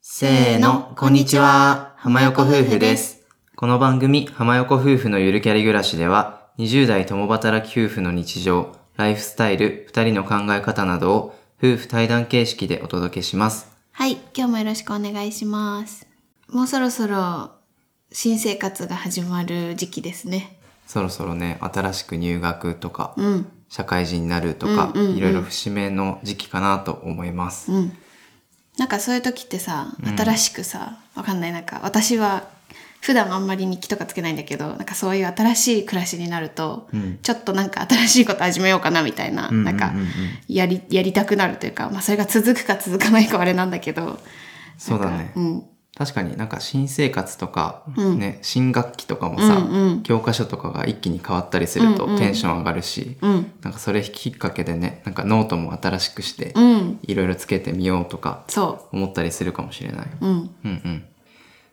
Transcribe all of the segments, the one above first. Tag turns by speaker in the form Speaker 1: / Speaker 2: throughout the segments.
Speaker 1: せーの、こんにちは。浜横夫婦です。
Speaker 2: この番組、浜横夫婦のゆるキャリ暮らしでは、20代共働き夫婦の日常、ライフスタイル、二人の考え方などを、夫婦対談形式でお届けします。
Speaker 1: はい、今日もよろしくお願いします。もうそろそろ新生活が始まる時期ですね。
Speaker 2: そろそろね、新しく入学とか、
Speaker 1: うん、
Speaker 2: 社会人になるとか、
Speaker 1: うんうんうん
Speaker 2: いろいろ節目の時期かなと思います。
Speaker 1: うん。なんかそういう時ってさ、新しくさ、わかんない、なんか私は普段あんまり日記とかつけないんだけど、なんかそういう新しい暮らしになると、
Speaker 2: うん
Speaker 1: ちょっとなんか新しいこと始めようかなみたいな、
Speaker 2: うんうんうん
Speaker 1: なんかやり、やりたくなるというか、まあそれが続くか続かないかはあれなんだけど、
Speaker 2: そうだね
Speaker 1: なんかうん。
Speaker 2: 確かになんか新生活とか、
Speaker 1: うん
Speaker 2: ね、新学期とかもさ、
Speaker 1: うんうん
Speaker 2: 教科書とかが一気に変わったりすると
Speaker 1: うんうん
Speaker 2: テンション上がるし、
Speaker 1: うん。
Speaker 2: なんかそれきっかけでね、なんかノートも新しくして、
Speaker 1: うん。
Speaker 2: いろいろつけてみようとか
Speaker 1: そ
Speaker 2: 思ったりするかもしれない。
Speaker 1: う。うん。
Speaker 2: うんうん。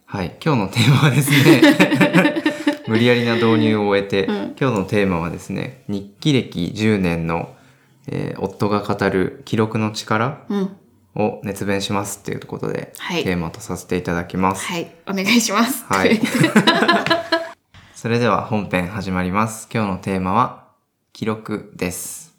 Speaker 2: はい、今日のテーマはですね、 無理やりな導入を終えて、今日のテーマはですね、日記歴10年の、えー夫が語る記録の力
Speaker 1: うん。
Speaker 2: を熱弁しますっていうことで、
Speaker 1: はい
Speaker 2: テーマとさせていただきます。
Speaker 1: はい。お願いします。
Speaker 2: はい。それでは本編始まります。今日のテーマは記録です。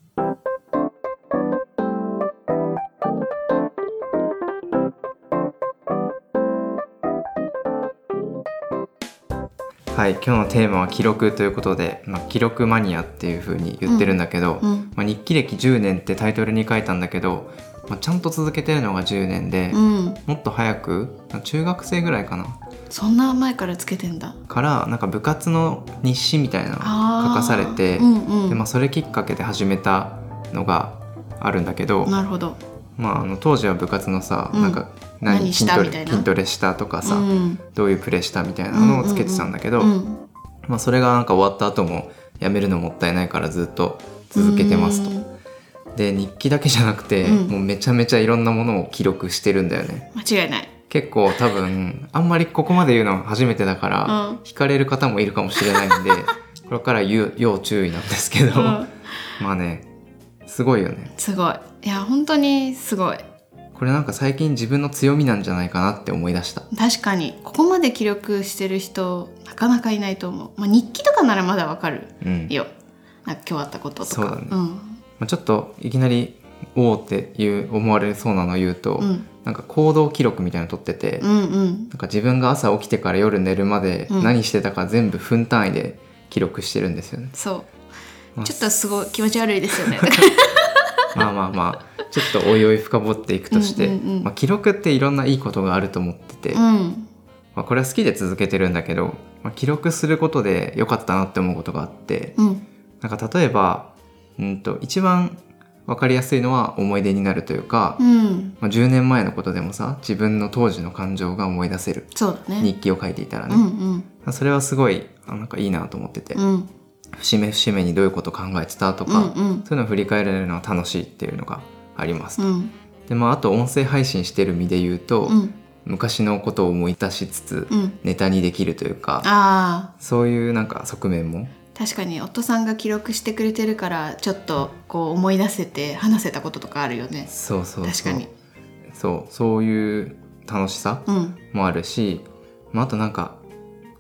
Speaker 2: はい、今日のテーマは記録ということで、まあ、記録マニアっていう風に言ってるんだけど、
Speaker 1: うん。
Speaker 2: まあ、日記歴10年ってタイトルに書いたんだけど、まあ、ちゃんと続けてるのが10年で、
Speaker 1: うん。
Speaker 2: もっと早く中学生ぐらいかな
Speaker 1: そんな前からつけてんだ。
Speaker 2: からなんか部活の日誌みたいなの
Speaker 1: あ
Speaker 2: が
Speaker 1: ー
Speaker 2: 書かされて、
Speaker 1: うんうん
Speaker 2: でまあ、それきっかけで始めたのがあるんだけど、
Speaker 1: なるほど。
Speaker 2: まあ、あの当時は部活のさ、
Speaker 1: うん
Speaker 2: なんか
Speaker 1: 何した
Speaker 2: 筋ト
Speaker 1: みた
Speaker 2: レ
Speaker 1: いな
Speaker 2: 筋トレしたとかさ、
Speaker 1: うん。
Speaker 2: どういうプレーしたみたいなのをつけてたんだけど、
Speaker 1: うん
Speaker 2: まあ、それがなんか終わった後もやめるのもったいないからずっと続けてますと。
Speaker 1: うん
Speaker 2: で日記だけじゃなくて、
Speaker 1: うん
Speaker 2: もうめちゃめちゃいろんなものを記録してるんだよね。
Speaker 1: 間違いない。
Speaker 2: 結構多分あんまりここまで言うの初めてだから、
Speaker 1: うん
Speaker 2: 惹かれる方もいるかもしれないん でこれから言う要注意なんですけど、
Speaker 1: うん
Speaker 2: まあねすごいよね
Speaker 1: すごい。いや、本当にすごい。
Speaker 2: これなんか最近自分の強みなんじゃないかなって思い出した
Speaker 1: 確かに、ここまで記録してる人、なかなかいないと思う。まあ、日記とかならまだわかる
Speaker 2: うん、
Speaker 1: よ。なんか今日あったこととか。
Speaker 2: そうだね
Speaker 1: ん。
Speaker 2: まあ、ちょっといきなり「おお」っていう思われそうなのを言うと、
Speaker 1: うん。
Speaker 2: なんか行動記録みたいなの取ってて、
Speaker 1: うんう
Speaker 2: な
Speaker 1: ん。
Speaker 2: んか自分が朝起きてから夜寝るまで
Speaker 1: うん
Speaker 2: 何してたか全部分単位で記録してるんですよ ね、
Speaker 1: そう。
Speaker 2: まあ
Speaker 1: ちょっとすごい気持ち悪いで すよね。
Speaker 2: まあまあまあちょっとおいおい深掘っていくとして、
Speaker 1: うんうんうん
Speaker 2: まあ、記録っていろんないいことがあると思ってて、
Speaker 1: うん。
Speaker 2: まあ、これは好きで続けてるんだけど、まあ、記録することで良かったなって思うことがあって
Speaker 1: うん。
Speaker 2: なんか例えばうんと一番分かりやすいのは思い出になるというか、
Speaker 1: うん。
Speaker 2: まあ、10年前のことでもさ自分の当時の感情が思い出せる
Speaker 1: そうだね。
Speaker 2: 日記を書いていたらね、
Speaker 1: う
Speaker 2: ま
Speaker 1: んうん。
Speaker 2: あそれはすごいあなんかいいなと思ってて、
Speaker 1: うん。
Speaker 2: 節目節目にどういうこと考えてたと
Speaker 1: う
Speaker 2: か、
Speaker 1: んうん。
Speaker 2: そういうのを振り返られるのは楽しいっていうのがありますと。
Speaker 1: うん。
Speaker 2: でまあ、あと音声配信してる身で言うと、
Speaker 1: うん。
Speaker 2: 昔のことを思い出しつつ、
Speaker 1: うん。
Speaker 2: ネタにできるというか
Speaker 1: ああ。
Speaker 2: そういうなんか側面も
Speaker 1: 確かに夫さんが記録してくれてるからちょっとこう思い出せて話せたこととかあるよね
Speaker 2: そうそうそう
Speaker 1: 確かに
Speaker 2: そうそういう楽しさ
Speaker 1: うん
Speaker 2: もあるし、まあ、あとなんか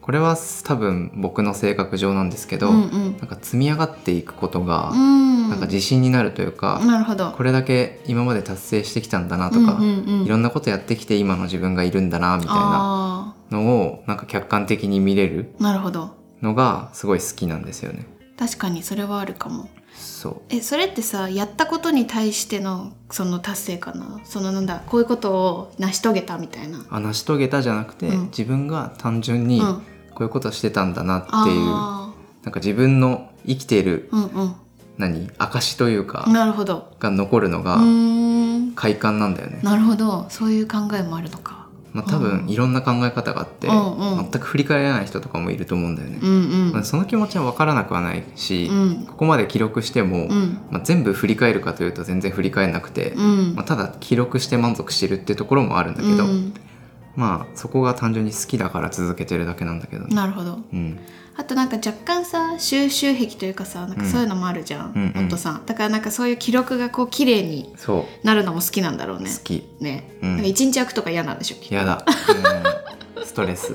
Speaker 2: これは多分僕の性格上なんですけど、
Speaker 1: うんうん
Speaker 2: なんか積み上がっていくことが、
Speaker 1: うん
Speaker 2: なんか自信になるというか、
Speaker 1: なるほど
Speaker 2: これだけ今まで達成してきたんだなとか、
Speaker 1: うんうんうん、
Speaker 2: いろんなことやってきて今の自分がいるんだなみたいな
Speaker 1: あ
Speaker 2: のをなんか客観的に見れる
Speaker 1: ーなるほど
Speaker 2: のがすごい好きなんですよね。
Speaker 1: 確かにそれはあるかも
Speaker 2: そう
Speaker 1: えそれってさやったことに対してのその達成かなそのなんだこういうことを成し遂げたみたいな
Speaker 2: あ成し遂げたじゃなくて、
Speaker 1: うん
Speaker 2: 自分が単純に
Speaker 1: うん
Speaker 2: こういうことしてたんだなっていう、なん
Speaker 1: あ
Speaker 2: か自分の生きている
Speaker 1: ーうん
Speaker 2: 何証というか
Speaker 1: うんなるほど
Speaker 2: が残るの
Speaker 1: う
Speaker 2: が
Speaker 1: ーん
Speaker 2: 快感なんだよね、
Speaker 1: なるほどそういう考えもあるのか
Speaker 2: まあ、多
Speaker 1: う
Speaker 2: 分
Speaker 1: ん
Speaker 2: いろんな考え方があって、
Speaker 1: うんうん
Speaker 2: 全く振り返らない人とかもいると思うんだよね、
Speaker 1: うんうん
Speaker 2: まあ、その気持ちは分からなくはないし、
Speaker 1: うん
Speaker 2: ここまで記録しても、
Speaker 1: うん
Speaker 2: まあ、全部振り返るかというと全然振り返らなくて、
Speaker 1: うん
Speaker 2: まあ、ただ記録して満足してるってところもあるんだけど、
Speaker 1: うん
Speaker 2: まあそこが単純に好きだから続けてるだけなんだけどね、
Speaker 1: なるほど
Speaker 2: うん、
Speaker 1: あとなんか若干さ収集癖というかさなんかそういうのもあるじゃん、
Speaker 2: うんうん
Speaker 1: 夫さんだからなんかそういう記録がこう綺麗に
Speaker 2: そう
Speaker 1: なるのも好きなんだろうね
Speaker 2: 好き
Speaker 1: ね、
Speaker 2: うん
Speaker 1: なんか一日空くとか嫌なんでしょきっと
Speaker 2: やだうんストレス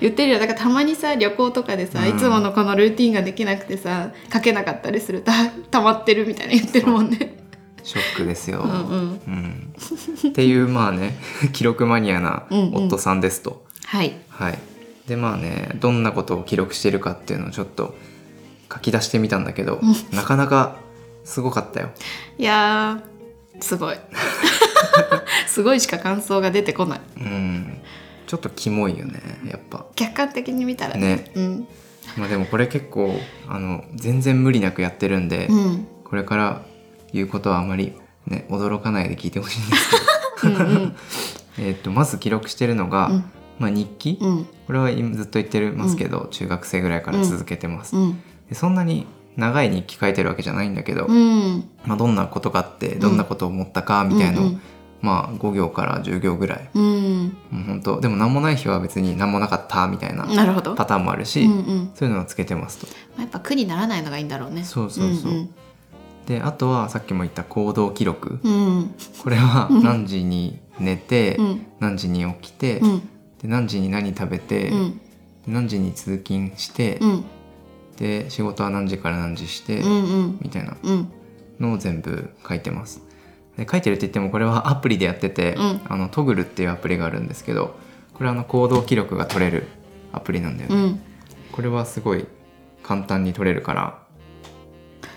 Speaker 1: 言ってるよだからたまにさ旅行とかでさ、
Speaker 2: うん
Speaker 1: いつものこのルーティンができなくてさ書けなかったりするとあ溜まってるみたいな言ってるもんね
Speaker 2: ショックですよ、
Speaker 1: うんうん
Speaker 2: うんっていうまあね 記録マニアな夫さんですと、
Speaker 1: はい
Speaker 2: はいでまあねどんなことを記録してるかっていうのをちょっと書き出してみたんだけどなかなかすごかったよ
Speaker 1: いやーすごい すごいしか感想が出てこない
Speaker 2: うんちょっとキモいよねやっぱ
Speaker 1: 客観的に見たらね
Speaker 2: ね
Speaker 1: うん
Speaker 2: まあでもこれ結構あの全然無理なくやってるんで、
Speaker 1: うん
Speaker 2: これから言うことはあまりね驚かないで聞いてほしいんです
Speaker 1: うんうん
Speaker 2: けど えっとまず記録してるのが、
Speaker 1: うん
Speaker 2: まあ、日記、
Speaker 1: うん
Speaker 2: これは今ずっと言ってますけど、中学生ぐらいから続けてます、
Speaker 1: うん
Speaker 2: でそんなに長い日記書いてるわけじゃないんだけど、
Speaker 1: うん
Speaker 2: まあ、どんなことがあってどんなことを思ったかみたいのを、
Speaker 1: うんうん
Speaker 2: まあ5行から10行ぐらい
Speaker 1: うん
Speaker 2: もう本当でも何もない日は別に何もなかったみたいな
Speaker 1: なるほど
Speaker 2: パターンもあるし、
Speaker 1: うんうん
Speaker 2: そういうのをつけてますと。
Speaker 1: やっぱ苦にならないのがいいんだろうね
Speaker 2: そうそうそう
Speaker 1: うん
Speaker 2: であとはさっきも言った行動記録、
Speaker 1: うんうん
Speaker 2: これは何時に寝て、
Speaker 1: うん
Speaker 2: 何時に起きて、
Speaker 1: うん
Speaker 2: で何時に何食べて、
Speaker 1: う
Speaker 2: で
Speaker 1: ん
Speaker 2: 何時に通勤して、
Speaker 1: うん
Speaker 2: で仕事は何時から何時して、
Speaker 1: うんうん
Speaker 2: みたいな
Speaker 1: うん
Speaker 2: のを全部書いてます。で書いてるって言ってもこれは アプリでやってて、
Speaker 1: うん
Speaker 2: あのトグルっていうアプリがあるんですけどこれはあの行動記録が取れるアプリなんだよね、
Speaker 1: うん
Speaker 2: これはすごい簡単に取れるから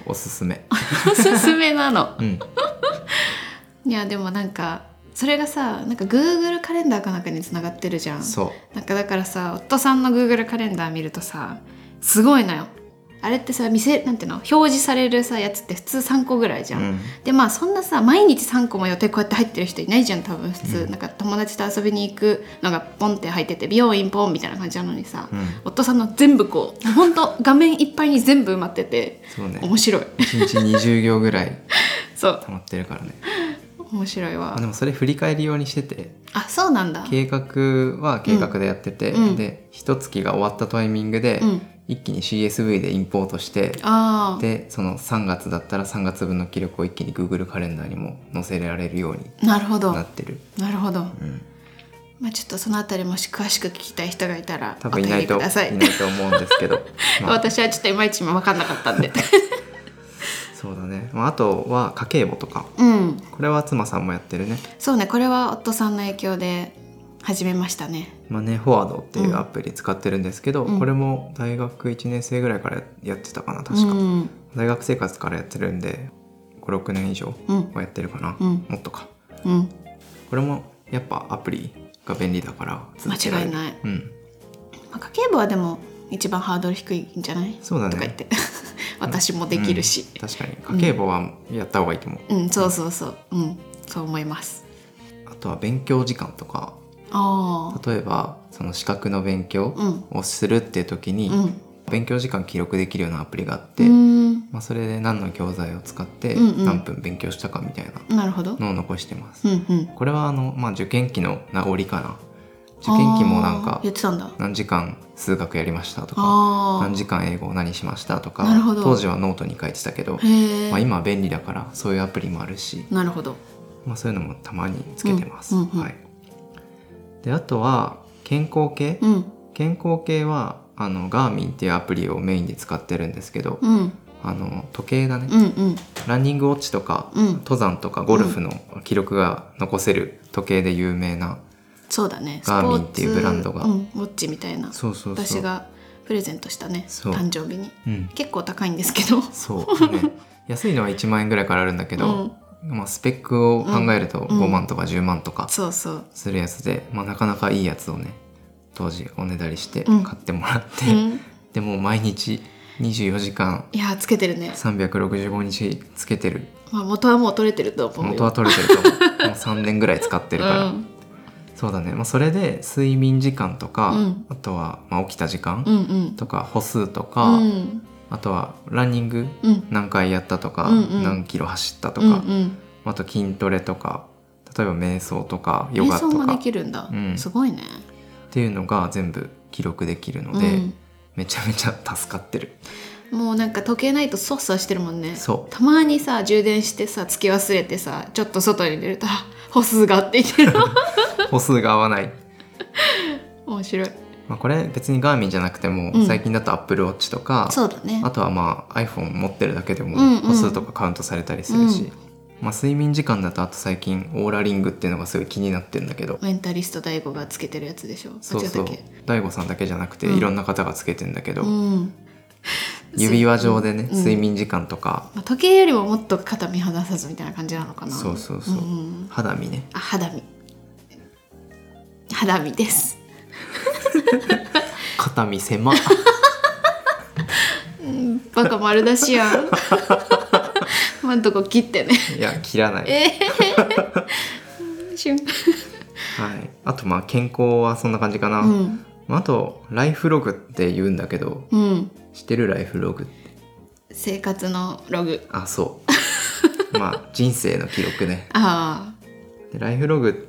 Speaker 2: おすすめ、
Speaker 1: おすすめなの
Speaker 2: うん、
Speaker 1: いやでもなんかそれがさなんか Google カレンダーかなんかにつながってるじゃん
Speaker 2: そう
Speaker 1: なんかだからさ夫さんの Google カレンダー見るとさすごいのよあれってさ見せなんていうの表示されるさやつって普通3個ぐらいじゃん、
Speaker 2: うん
Speaker 1: でまあそんなさ毎日3個も予定こうやって入ってる人いないじゃん多分普通、
Speaker 2: うん
Speaker 1: なんか友達と遊びに行くのがポンって入ってて美容院ポンみたいな感じなのにさ、
Speaker 2: うん
Speaker 1: 夫さんの全部こうほんと画面いっぱいに全部埋まってて
Speaker 2: そうね
Speaker 1: 面白い
Speaker 2: 1日20行ぐらい
Speaker 1: そう
Speaker 2: 溜まってるからね
Speaker 1: 面白いわ
Speaker 2: あでもそれ振り返り用にしてて
Speaker 1: あそうなんだ
Speaker 2: 計画は計画でやってて、
Speaker 1: うん
Speaker 2: で一月が終わったタイミングで、
Speaker 1: うん
Speaker 2: 一気に CSV でインポートして
Speaker 1: あ
Speaker 2: でその3月だったら3月分の記録を一気に Google カレンダーにも載せられるように
Speaker 1: あなるほど
Speaker 2: なってる、
Speaker 1: なるほ
Speaker 2: う
Speaker 1: ど、
Speaker 2: ん、
Speaker 1: まあ、ちょっとそのあたりもし詳しく聞きたい人がいたら
Speaker 2: 多分いないと
Speaker 1: お
Speaker 2: い
Speaker 1: 便りください
Speaker 2: ないと思うんですけ ど、まあ、
Speaker 1: 私はちょっといまいち今分かんなかったんで
Speaker 2: そうだね、まあ、あとは家計簿とか
Speaker 1: うん
Speaker 2: これは妻さんもやってるね、
Speaker 1: そうねこれは夫さんの影響で始めましたね
Speaker 2: まあ、ねフォワードっていうアプリ使ってるんですけど、
Speaker 1: うん
Speaker 2: これも大学1年生ぐらいからやってたかな確か、
Speaker 1: うん
Speaker 2: 大学生活からやってるんで56年以上
Speaker 1: うん
Speaker 2: はやってるかな、
Speaker 1: うん
Speaker 2: もっとか
Speaker 1: うん
Speaker 2: これもやっぱアプリが便利だから続けられる
Speaker 1: 間違いない
Speaker 2: うん、
Speaker 1: まあ、家計簿はでも一番ハードル低いんじゃない
Speaker 2: そうだね
Speaker 1: とか言って私もできるし
Speaker 2: うん確かに家計簿はやった方がいいと思う、
Speaker 1: うん、そうそうそううんそう思います
Speaker 2: あとは勉強時間とか
Speaker 1: ああ
Speaker 2: 例えばその資格の勉強
Speaker 1: うん
Speaker 2: をするっていう時に、
Speaker 1: うん
Speaker 2: 勉強時間記録できるようなアプリがあっ
Speaker 1: う
Speaker 2: て、
Speaker 1: ん
Speaker 2: まあ、それで何の教材を使って
Speaker 1: うんうん
Speaker 2: 何分勉強したかみたいな
Speaker 1: なるほど
Speaker 2: のを残してます、
Speaker 1: うんうん
Speaker 2: これはあの、まあ、受験期の名残かな受験期もなん
Speaker 1: あー
Speaker 2: か
Speaker 1: 言ってたんだ
Speaker 2: 何時間数学やりましたとか
Speaker 1: あ
Speaker 2: 何時間英語を何しましたとか
Speaker 1: なるほど
Speaker 2: 当時はノートに書いてたけど
Speaker 1: あ、へえ、
Speaker 2: まあ、今は便利だからそういうアプリもあるし、
Speaker 1: なるほど
Speaker 2: まあ、そういうのもたまにつけてます。
Speaker 1: うんうんうん
Speaker 2: はい、であとは健康系、
Speaker 1: うん
Speaker 2: 健康系はあのガーミンっていうアプリをメインで使ってるんですけど、
Speaker 1: うん
Speaker 2: あの時計だね、
Speaker 1: うんうん
Speaker 2: ランニングウォッチとか、
Speaker 1: うん
Speaker 2: 登山とかゴルフの記録が残せる時計で有名な、
Speaker 1: そうだね
Speaker 2: ガーミン
Speaker 1: スポツ
Speaker 2: っていうブランドが
Speaker 1: うん、ウォッチみたいな
Speaker 2: そうそうそう
Speaker 1: 私がプレゼントしたね
Speaker 2: そう
Speaker 1: 誕生日に
Speaker 2: うん、
Speaker 1: 結構高いんですけど
Speaker 2: そう、 ね、安いのは1万円ぐらいからあるんだけど、まあ、スペックを考えると
Speaker 1: うん
Speaker 2: 5万とか10万とか
Speaker 1: そうそう
Speaker 2: するやつで、まあ、なかなかいいやつをね当時おねだりして
Speaker 1: うん
Speaker 2: 買ってもらって、
Speaker 1: うん
Speaker 2: でも毎日24時間
Speaker 1: いやーつけてるね、
Speaker 2: 365日つけてる
Speaker 1: まあ、元はもう取れてると思うよ
Speaker 2: 元は取れてると思うも う3年ぐらい使ってるから、
Speaker 1: うん
Speaker 2: そうだね、まあ、それで睡眠時間とか、
Speaker 1: うん
Speaker 2: あとはまあ起きた時
Speaker 1: う
Speaker 2: 間
Speaker 1: んうん
Speaker 2: とか歩数とか、
Speaker 1: うん
Speaker 2: あとはランニング
Speaker 1: うん
Speaker 2: 何回やったとか、
Speaker 1: うんうん
Speaker 2: 何キロ走ったと
Speaker 1: うんう
Speaker 2: か、
Speaker 1: ん
Speaker 2: あと筋トレとか例えば瞑想とかヨ
Speaker 1: 瞑
Speaker 2: ガ
Speaker 1: 想
Speaker 2: と
Speaker 1: も
Speaker 2: か
Speaker 1: で
Speaker 2: っ
Speaker 1: きるんだ、
Speaker 2: うん
Speaker 1: すごいね
Speaker 2: ていうのが全部記録できるので。
Speaker 1: うん
Speaker 2: めちゃめちゃ助かってる
Speaker 1: もうなんか時計ないとそわそわしてるもんね
Speaker 2: そう
Speaker 1: たまにさ充電してさつき忘れてさちょっと外に出るとあ歩数がって言ってる
Speaker 2: 歩数が合わない、
Speaker 1: 面白い
Speaker 2: まあ、これ別にガーミンじゃなくても、
Speaker 1: うん
Speaker 2: 最近だと AppleWatch とか
Speaker 1: そうだね
Speaker 2: あとはまあ iPhone 持ってるだけでも
Speaker 1: うんうん
Speaker 2: 歩数とかカウントされたりするし、
Speaker 1: うん
Speaker 2: まあ、睡眠時間だとあと最近オーラリングっていうのがすごい気になってるんだけど
Speaker 1: メンタリスト大悟がつけてるやつでしょ
Speaker 2: そう
Speaker 1: あ違った
Speaker 2: そ
Speaker 1: っ
Speaker 2: う
Speaker 1: け
Speaker 2: 大悟さんだけじゃなくて
Speaker 1: うん
Speaker 2: いろんな方がつけてんだけど、
Speaker 1: うん
Speaker 2: 指輪上でね、
Speaker 1: うん
Speaker 2: 睡眠時間とか、
Speaker 1: まあ、時計よりももっと肩身離さずみたいな感じなのかな
Speaker 2: そうそうそう、
Speaker 1: んん
Speaker 2: 肌身ね
Speaker 1: あ肌身肌身です、
Speaker 2: 肩身狭
Speaker 1: うん、バカ丸出しやん 今んとこ切ってね
Speaker 2: いや切らない、
Speaker 1: えー、しゅん
Speaker 2: はい、あとまあ健康はそんな感じかな、
Speaker 1: うん
Speaker 2: まああとライフログって言うんだけど
Speaker 1: うん
Speaker 2: 知ってるライフログって
Speaker 1: 生活のログ
Speaker 2: あそう まあ人生の記録ね
Speaker 1: ああ
Speaker 2: でライフログ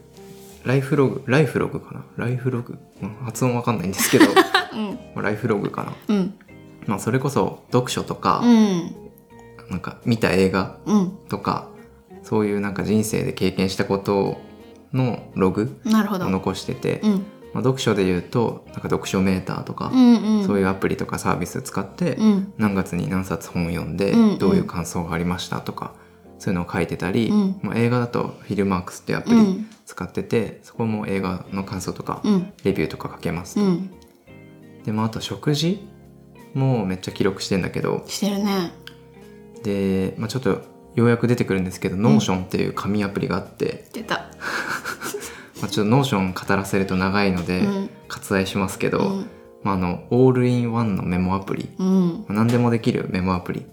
Speaker 2: ライフログライフログかなライフログ、うん発音わかんないん ですけどま
Speaker 1: うん
Speaker 2: あライフログかな
Speaker 1: うん
Speaker 2: まあそれこそ読書とか、
Speaker 1: うん
Speaker 2: なんか見た映画
Speaker 1: うん
Speaker 2: とかそういうなんか人生で経験したことのログ
Speaker 1: なるほど、
Speaker 2: を
Speaker 1: うん、
Speaker 2: 残してて、
Speaker 1: うん
Speaker 2: まあ、読書で言うとなんか読書メーターとか、
Speaker 1: うん
Speaker 2: そう
Speaker 1: い
Speaker 2: いうアプリとかサービス使って、
Speaker 1: うん
Speaker 2: 何月に何冊本読んで、
Speaker 1: うんうん
Speaker 2: どういう感想がありましたとかそういうのを書いてたり、
Speaker 1: うん
Speaker 2: まあ、映画だとフィルマークスっていうアプ
Speaker 1: う
Speaker 2: リ
Speaker 1: ん
Speaker 2: 使ってて、そこも映画の感想とか、
Speaker 1: うん
Speaker 2: レビューとか書けます
Speaker 1: う
Speaker 2: と、
Speaker 1: ん
Speaker 2: でまあ、あと食事もめっちゃ記録してんだけど
Speaker 1: してるね
Speaker 2: で、まあ、ちょっとようやく出てくるんですけど、ノーションっていう紙アプリがあって、
Speaker 1: 出た
Speaker 2: まあ、ちょっとノーション語らせると長いので、
Speaker 1: うん
Speaker 2: 割愛しますけ
Speaker 1: う
Speaker 2: ど、
Speaker 1: ん
Speaker 2: まあ、あのオールインワンのメモアプリ
Speaker 1: うん
Speaker 2: まあ何でもできるメモアプリ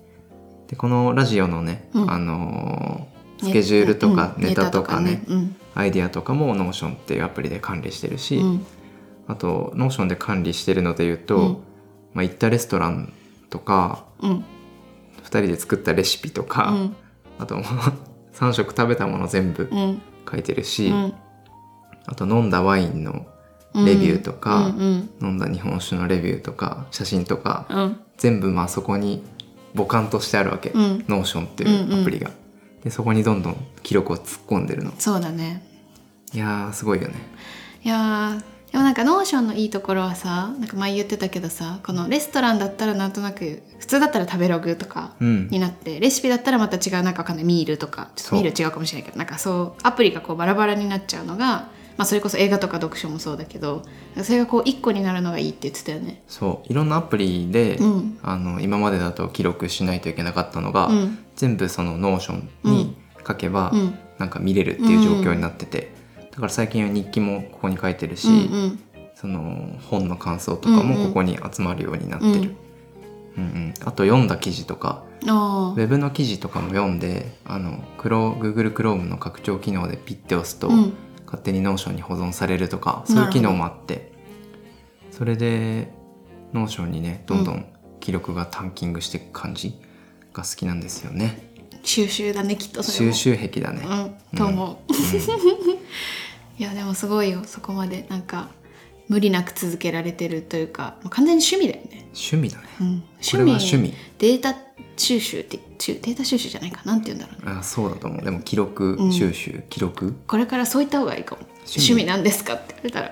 Speaker 2: でこのラジオのね、
Speaker 1: うん
Speaker 2: あのースケジュールとか
Speaker 1: うん
Speaker 2: ネタとかね,、
Speaker 1: うん
Speaker 2: アイディアとかもノーションっていうアプリで管理してるし、
Speaker 1: うん
Speaker 2: あとノーションで管理してるので言うと、
Speaker 1: うん
Speaker 2: まあ、行ったレストランとか
Speaker 1: うん
Speaker 2: 2人で作ったレシピと
Speaker 1: う
Speaker 2: か、
Speaker 1: ん
Speaker 2: あと3 食食べたもの全部
Speaker 1: うん
Speaker 2: 書いてるし、
Speaker 1: うん
Speaker 2: あと飲んだワインのレビューとか、
Speaker 1: うんう
Speaker 2: 飲
Speaker 1: ん
Speaker 2: んだ日本酒のレビューとか写真とか
Speaker 1: うん
Speaker 2: 全部まあそこに母艦としてあるわけ、
Speaker 1: うん
Speaker 2: ノーションっていうアプリが、でそこにどんどん記録を突っ込んでるの
Speaker 1: そうだね
Speaker 2: いやーすごいよね
Speaker 1: いやーでもなんかノーションのいいところはさなんか前言ってたけどさこのレストランだったらなんとなく普通だったら食べログとか
Speaker 2: うん
Speaker 1: になって、レシピだったらまた違うなんかわかんないミールとかちょっと
Speaker 2: そう
Speaker 1: ミール違うかもしれないけどなんかそうアプリがこうバラバラになっちゃうのが、まあ、それこそ映画とか読書もそうだけどそれがこう一個になるのがいいって言ってたよね。
Speaker 2: そういろんなアプリで、
Speaker 1: うん
Speaker 2: あの今までだと記録しないといけなかったのが、
Speaker 1: うん
Speaker 2: 全部そのノーションに書けば、
Speaker 1: うん
Speaker 2: なんか見れるっていう状況になってて、だから最近は日記もここに書いてるし、
Speaker 1: うんうん
Speaker 2: その本の感想とかもここに集まるようになってる、うんうんあと読んだ記事とか
Speaker 1: あ
Speaker 2: ウ
Speaker 1: ー
Speaker 2: ェブの記事とかも読んであのクロ Google Chrome の拡張機能でピッて押すと、
Speaker 1: うん
Speaker 2: 勝手に Notion に保存されるとか
Speaker 1: なるほど
Speaker 2: そういう機能もあってそれで Notion にねどんどん記録がタンキングしていく感じが好きなんですよね、
Speaker 1: 収集だねきっとそれ
Speaker 2: 収
Speaker 1: も
Speaker 2: 集癖だね、
Speaker 1: うん、と思う、 いやでもすごいよそこまでなんか無理なく続けられてるというかもう完全に趣味だよね、
Speaker 2: 趣味だね
Speaker 1: うん、
Speaker 2: これは趣味
Speaker 1: データ収集ってちゅデータ収集じゃないかなんて言うんだろうね
Speaker 2: あそうだと思うでも記録
Speaker 1: うん
Speaker 2: 収集、記録
Speaker 1: これからそういった方がいいかも
Speaker 2: 趣
Speaker 1: 趣
Speaker 2: 味
Speaker 1: 味なんですかって言われたら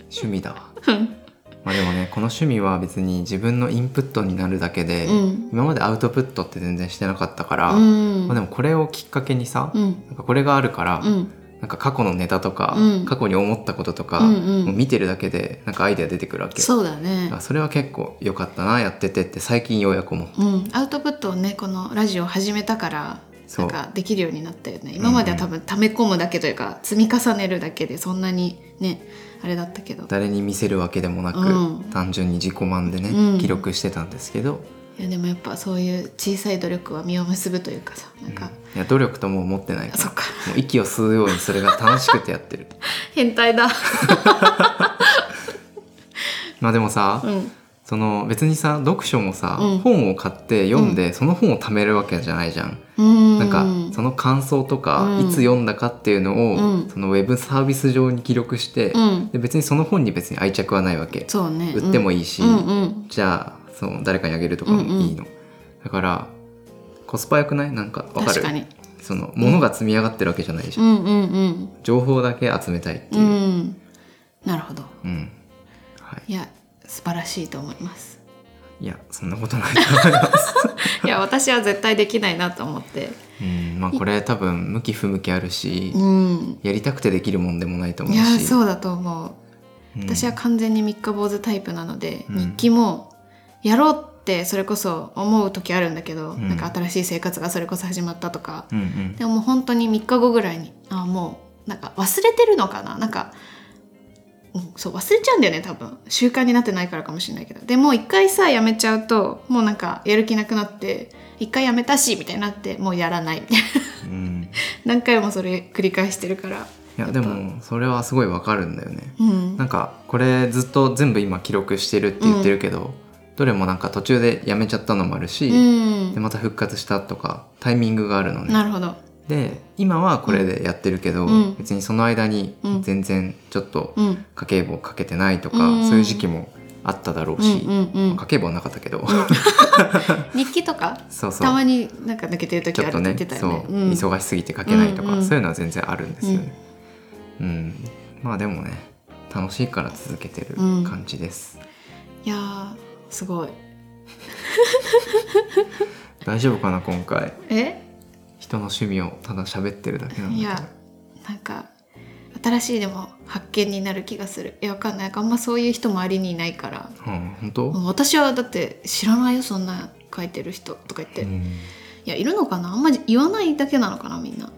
Speaker 2: 趣味だわ
Speaker 1: うん
Speaker 2: まあでもねこの趣味は別に自分のインプットになるだけで、
Speaker 1: うん
Speaker 2: 今までアウトプットって全然してなかったから、
Speaker 1: うん
Speaker 2: まあ、でもこれをきっかけにさ、
Speaker 1: うん
Speaker 2: なんかこれがあるから、
Speaker 1: うん
Speaker 2: なんか過去のネタとか、
Speaker 1: うん
Speaker 2: 過去に思ったこととか、
Speaker 1: うんうん
Speaker 2: もう見てるだけでなんかアイデア出てくるわけ
Speaker 1: そうだね
Speaker 2: あそれは結構良かったなやっててって最近ようやく思う
Speaker 1: うん、アウトプットをねこのラジオ始めたから
Speaker 2: そ
Speaker 1: な
Speaker 2: うん
Speaker 1: かできるようになったよね今までは多分溜め込むだけというか積み重ねるだけでそんなにねあれだったけど
Speaker 2: 誰に見せるわけでもなく、
Speaker 1: うん
Speaker 2: 単純に自己満でね、
Speaker 1: うん
Speaker 2: 記録してたんですけど、
Speaker 1: いやでもやっぱそういう小さい努力は実を結ぶというかさなんか、
Speaker 2: いや努力とも思ってない
Speaker 1: あ
Speaker 2: か
Speaker 1: そっから
Speaker 2: もう息を吸うようにそれが楽しくてやって る
Speaker 1: 変態だ
Speaker 2: まあでもさ、
Speaker 1: うん
Speaker 2: その別にさ読書もさ、
Speaker 1: うん
Speaker 2: 本を買って読んで、その本を貯めるわけじゃないじゃん。
Speaker 1: うん
Speaker 2: なんかその感想とか、
Speaker 1: うん
Speaker 2: いつ読んだかっていうのを、
Speaker 1: うん
Speaker 2: そのウェブサービス上に記録して、
Speaker 1: うん
Speaker 2: で別にその本に別に愛着はないわけ。
Speaker 1: そうね
Speaker 2: 売っても
Speaker 1: いい
Speaker 2: いいし、
Speaker 1: うんうん
Speaker 2: じゃあその誰かにあげるとかもいいの。だからコスパ良くないなんかわか
Speaker 1: 確
Speaker 2: る
Speaker 1: かに
Speaker 2: その物が積み上がってるわけじゃないじ
Speaker 1: う
Speaker 2: ゃん、
Speaker 1: んうん
Speaker 2: 情報だけ集めたいって
Speaker 1: う
Speaker 2: い
Speaker 1: ん
Speaker 2: う、
Speaker 1: うんなるほど
Speaker 2: うんはい
Speaker 1: や素晴らしいと思い ます
Speaker 2: い、いやそんなことないと 思います、
Speaker 1: いや私は絶対できないなと思って
Speaker 2: うんまあ、これ多分向き不向きあるし、
Speaker 1: うん
Speaker 2: やりたくてできるもんでもないと思う
Speaker 1: い
Speaker 2: し
Speaker 1: やそうだと思う
Speaker 2: うん
Speaker 1: 私は完全に三日坊主タイプなので、
Speaker 2: うん
Speaker 1: 日記もやろうってそれこそ思う時あるんだけど、
Speaker 2: ん
Speaker 1: なんか新しい生活がそれこそ始まったとか、
Speaker 2: うんうん
Speaker 1: でももう本当に3日後ぐらいにあもうなんか忘れてるのかななんか、うん、そう忘れちゃうんだよね多分習慣になってないからかもしれないけどでもう一回さやめちゃうともうなんかやる気なくなって一回やめたしみたいになってもうやらない みたいな
Speaker 2: うん
Speaker 1: 何回もそれ繰り返してるから
Speaker 2: いや
Speaker 1: っぱ
Speaker 2: でもそれはすごいわかるんだよね
Speaker 1: うん
Speaker 2: なんかこれずっと全部今記録してるって言ってるけど、どれもなんか途中でやめちゃったのもあるし、
Speaker 1: うん
Speaker 2: でまた復活したとかタイミングがあるのね
Speaker 1: なるほど
Speaker 2: で今はこれでやってるけど、
Speaker 1: うん
Speaker 2: 別にその間に
Speaker 1: うん
Speaker 2: 全然ちょっと
Speaker 1: うん
Speaker 2: 家計簿かけてないとか、
Speaker 1: うん
Speaker 2: そういう時期もあっただろう
Speaker 1: うん
Speaker 2: し、
Speaker 1: うんうん
Speaker 2: 家計簿はなかったけど、
Speaker 1: 日記とか
Speaker 2: そうそう
Speaker 1: たまになんか抜けてる時
Speaker 2: ちょ
Speaker 1: あ
Speaker 2: っ
Speaker 1: る
Speaker 2: と
Speaker 1: って
Speaker 2: ね
Speaker 1: 言ってた
Speaker 2: そう
Speaker 1: よね。うん
Speaker 2: 忙しすぎて書けないとか、
Speaker 1: うんうん
Speaker 2: そういうのは全然あるんですよね。うんまあでもね楽しいから続けてる感じです。
Speaker 1: いやーすごい。
Speaker 2: 大丈夫かな今回
Speaker 1: え
Speaker 2: 人の趣味をただ喋ってるだけなんだけど
Speaker 1: いやなんか新しいでも発見になる気がする。いやわかんないあんまそういう人周りにいないから。
Speaker 2: うん本当、
Speaker 1: うん私はだって知らないよそんな書いてる人とか言って、
Speaker 2: う
Speaker 1: い
Speaker 2: ん
Speaker 1: やいるのかなあんま言わないだけなのかなみんな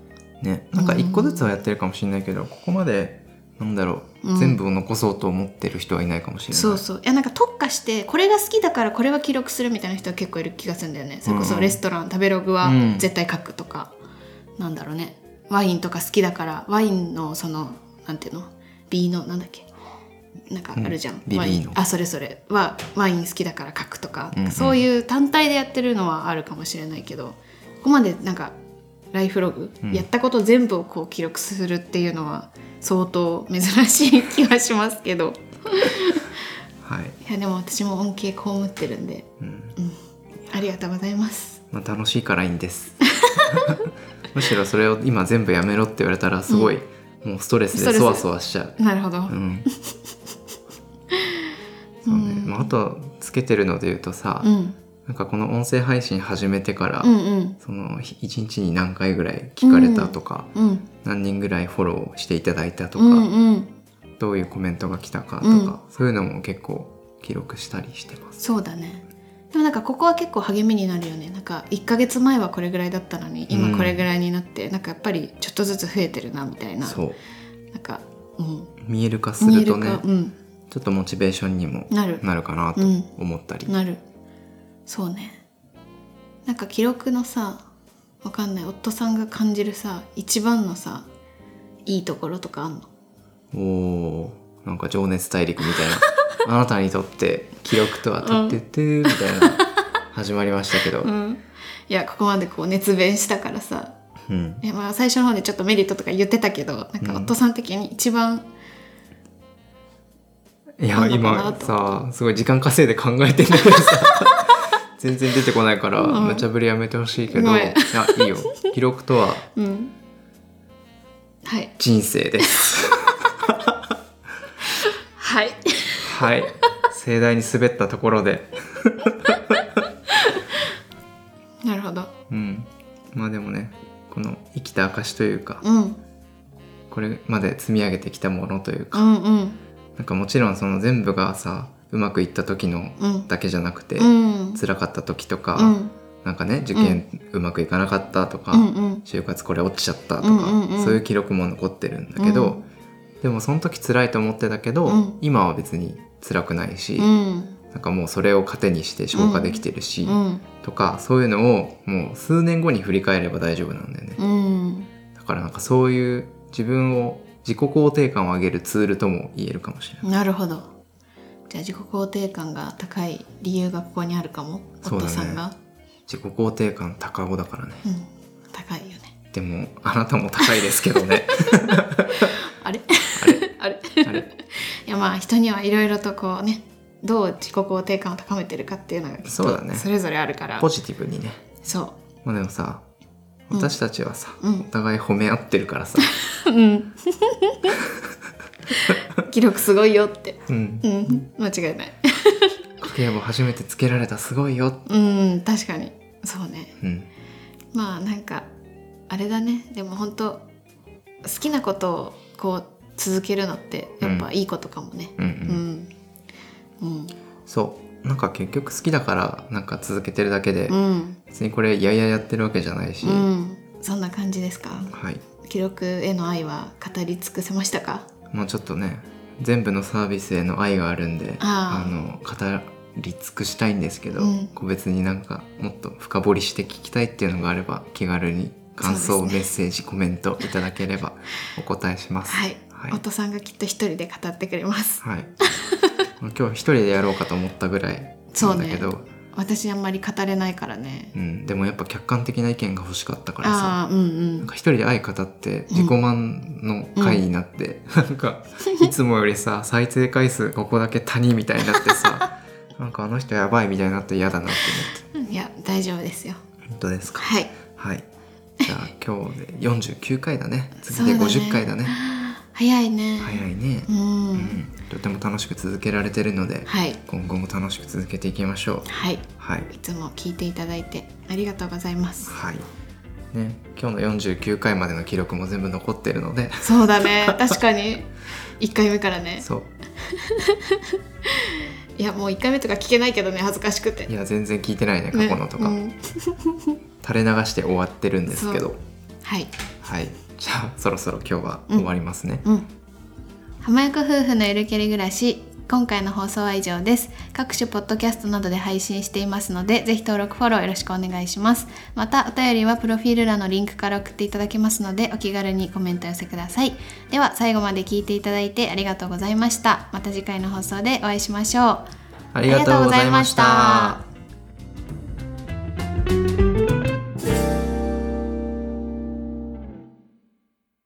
Speaker 2: ねなんか一個ずつはやってるかもしれないけど、ここまでなんだろう、
Speaker 1: うん
Speaker 2: 全部を残そうと思ってる人はいないかもしれない。
Speaker 1: そうそういやなんか特化してこれが好きだからこれは記録するみたいな人は結構いる気がするんだよねそれこ
Speaker 2: う
Speaker 1: そ
Speaker 2: ん
Speaker 1: レストラン、食べログは
Speaker 2: うん
Speaker 1: 絶対書くとか、なんだろうねワインとか好きだからワインのそのなんていうの B のなんだっけなんかあるじゃん、
Speaker 2: うん
Speaker 1: ワイン
Speaker 2: BB の
Speaker 1: あそれそれはワイン好きだから書くとか,、
Speaker 2: うんうん
Speaker 1: そういう単体でやってるのはあるかもしれないけどここまでなんかライフログ、
Speaker 2: うん
Speaker 1: やったこと全部をこう記録するっていうのは相当珍しい気はしますけど。
Speaker 2: はい、
Speaker 1: いやでも私も恩恵被ってるんで、
Speaker 2: うん
Speaker 1: うん、ありがとうございます。
Speaker 2: まあ、楽しいからいいんです むしろそれを今全部やめろって言われたらすごい、もうストレス
Speaker 1: ストレ
Speaker 2: で
Speaker 1: ス
Speaker 2: そわそわしちゃう
Speaker 1: なるほど。
Speaker 2: うんそうね
Speaker 1: うん
Speaker 2: まあ、あとつけてるので言うとさ、
Speaker 1: うん、
Speaker 2: なんかこの音声配信始めてから、
Speaker 1: うん、うん、
Speaker 2: その1日に何回ぐらい聞かれたとか、
Speaker 1: うん、
Speaker 2: 何人ぐらいフォローしていただいたと
Speaker 1: う
Speaker 2: か、
Speaker 1: ん、うん、
Speaker 2: どういうコメントが来たかとか、
Speaker 1: うん
Speaker 2: そういうのも結構記録したりしてます。
Speaker 1: そうだね。でもなんかここは結構励みになるよね。なんか一ヶ月前はこれぐらいだったのに、
Speaker 2: う
Speaker 1: 今
Speaker 2: ん
Speaker 1: これぐらいになって、なんかやっぱりちょっとずつ増えてるなみたいな。
Speaker 2: そう
Speaker 1: なんか、うん、
Speaker 2: 見える化すると
Speaker 1: 見え
Speaker 2: ね
Speaker 1: るかうん、
Speaker 2: ちょっとモチベーションにも
Speaker 1: なる
Speaker 2: なるかなと
Speaker 1: うん、
Speaker 2: 思ったり、
Speaker 1: なる。そうね。なんか記録のさ、わかんない夫さんが感じるさ、一番のさ、いいところとかあんの？
Speaker 2: おーなんか「情熱大陸」みたいな「あ なたにとって記録とはとってって」みたいな始まりましたけど、
Speaker 1: うん、いやここまでこう熱弁したからさ
Speaker 2: うん
Speaker 1: いやまあ最初の方でちょっとメリットとか言ってたけどなんか
Speaker 2: うん
Speaker 1: 夫さん的に一番、
Speaker 2: いや
Speaker 1: なんだかな
Speaker 2: 今さすごい時間稼いで考えてんだけど さ全然出てこないから
Speaker 1: うん
Speaker 2: 無茶ぶりやめてほしいけど、
Speaker 1: ご
Speaker 2: い
Speaker 1: めん
Speaker 2: やいいよ記録とは
Speaker 1: うん、はい
Speaker 2: 人生 です。
Speaker 1: はい
Speaker 2: はい盛大に滑ったところで、
Speaker 1: なるほど
Speaker 2: うん、まあでもねこの生きた証というか
Speaker 1: うん
Speaker 2: これまで積み上げてきたものという
Speaker 1: う
Speaker 2: か
Speaker 1: んうん
Speaker 2: なんかもちろんその全部がさうまくいった時の
Speaker 1: うん
Speaker 2: だけじゃなくて、
Speaker 1: うん
Speaker 2: 辛かった時とか、
Speaker 1: うん
Speaker 2: なんかね受験うまくいかなかったとか、
Speaker 1: うんうん
Speaker 2: 就活これ落ちちゃったとか、
Speaker 1: うんうんうん
Speaker 2: そういう記録も残ってるんだけど、でもその時辛いと思ってたけど、
Speaker 1: うん
Speaker 2: 今は別に辛くないし、
Speaker 1: うん
Speaker 2: なんかもうそれを糧にして消化できてるし、
Speaker 1: うん
Speaker 2: とかそういうのをもう数年後に振り返れば大丈夫なんだよね。
Speaker 1: うん
Speaker 2: だからなんかそういう自分を自己肯定感を上げるツールとも言えるかもしれない。
Speaker 1: なるほどじゃあじゃあ自己肯定感が高い理由がここにあるかも
Speaker 2: そうだね
Speaker 1: 夫さんが、
Speaker 2: 自己肯定感高尾だからね
Speaker 1: うん、高いよね
Speaker 2: でもあなたも高いですけど ね
Speaker 1: あれ
Speaker 2: あれ
Speaker 1: あれ
Speaker 2: あれ
Speaker 1: いやまあ人にはいろいろとこうねどう自己肯定感を高めてるかっていうのがきっと
Speaker 2: そうだね
Speaker 1: それぞれあるから
Speaker 2: ポジティブにね
Speaker 1: そ
Speaker 2: まあでもさ
Speaker 1: うん
Speaker 2: 私たちはさ、
Speaker 1: うん
Speaker 2: お互い褒め合ってるからさ、
Speaker 1: ううん 記録すごいよって
Speaker 2: うん、
Speaker 1: うん間違いない
Speaker 2: 家計簿初めてつけられたすごいよ、
Speaker 1: うん確かにそうね
Speaker 2: うん、
Speaker 1: まあなんかあれだねでも本当好きなことをこう続けるのってやっぱいいことかもね
Speaker 2: うんうん
Speaker 1: うんうん
Speaker 2: そうなんか結局好きだからなんか続けてるだけで、
Speaker 1: うん、
Speaker 2: 別にこれやややってるわけじゃないし、
Speaker 1: うん、そんな感じですか
Speaker 2: はい
Speaker 1: 記録への愛は語り尽くせましたか
Speaker 2: もうちょっとね全部のサービスへの愛があるんで
Speaker 1: あー
Speaker 2: の語り尽くしたいんですけど、
Speaker 1: うん
Speaker 2: 個別になんかもっと深掘りして聞きたいっていうのがあれば気軽に感想、
Speaker 1: そうですね
Speaker 2: メッセージコメントいただければお答えします。
Speaker 1: はい、
Speaker 2: はい
Speaker 1: 夫さんがきっと一人で語ってく れます
Speaker 2: はい今日は一人でやろうかと思ったぐらいなんだけど、
Speaker 1: 私あんまり語れないからね
Speaker 2: うん、でもやっぱ客観的な意見が欲しかったからさ
Speaker 1: ああーうんう
Speaker 2: なん
Speaker 1: ん
Speaker 2: か一人で愛語って自己満の回になって、 なんかいつもよりさ再生回数ここだけ谷みたいになって さなんかあの人やばいみたいになって嫌だなって
Speaker 1: いや大丈夫ですよ
Speaker 2: 思って本当ですか
Speaker 1: はい
Speaker 2: はいじゃあ今日で49回だね
Speaker 1: そ
Speaker 2: 次で
Speaker 1: うだね
Speaker 2: 50回だね
Speaker 1: 早いね
Speaker 2: 早いね、
Speaker 1: うん、
Speaker 2: うん、とても楽しく続けられてるので、
Speaker 1: はい
Speaker 2: 今後も楽しく続けていきましょう
Speaker 1: はい
Speaker 2: はい
Speaker 1: いつも聞いていただいてありがとうございます
Speaker 2: はいね今日の49回までの記録も全部残ってるの で
Speaker 1: そうだね確かに1回目からね
Speaker 2: そう
Speaker 1: いやもう1回目とか聞けないけどね恥ずかしくて
Speaker 2: いや全然聞いてないね過
Speaker 1: ね
Speaker 2: 去のとか、
Speaker 1: うん
Speaker 2: 垂れ流して終わってるんですけ
Speaker 1: そ
Speaker 2: ど
Speaker 1: はい
Speaker 2: はいじゃあそろそろ今日は終わりますね、
Speaker 1: うん。浜役夫婦のゆるキャリ暮らし今回の放送は以上です各種ポッドキャストなどで配信していますのでぜひ登録フォローよろしくお願いしますまたお便りはプロフィール欄のリンクから送っていただけますのでお気軽にコメント寄せくださいでは最後まで聞いていただいてありがとうございましたまた次回の放送でお会いしましょう
Speaker 2: ありがとうございました
Speaker 1: ありがとうございました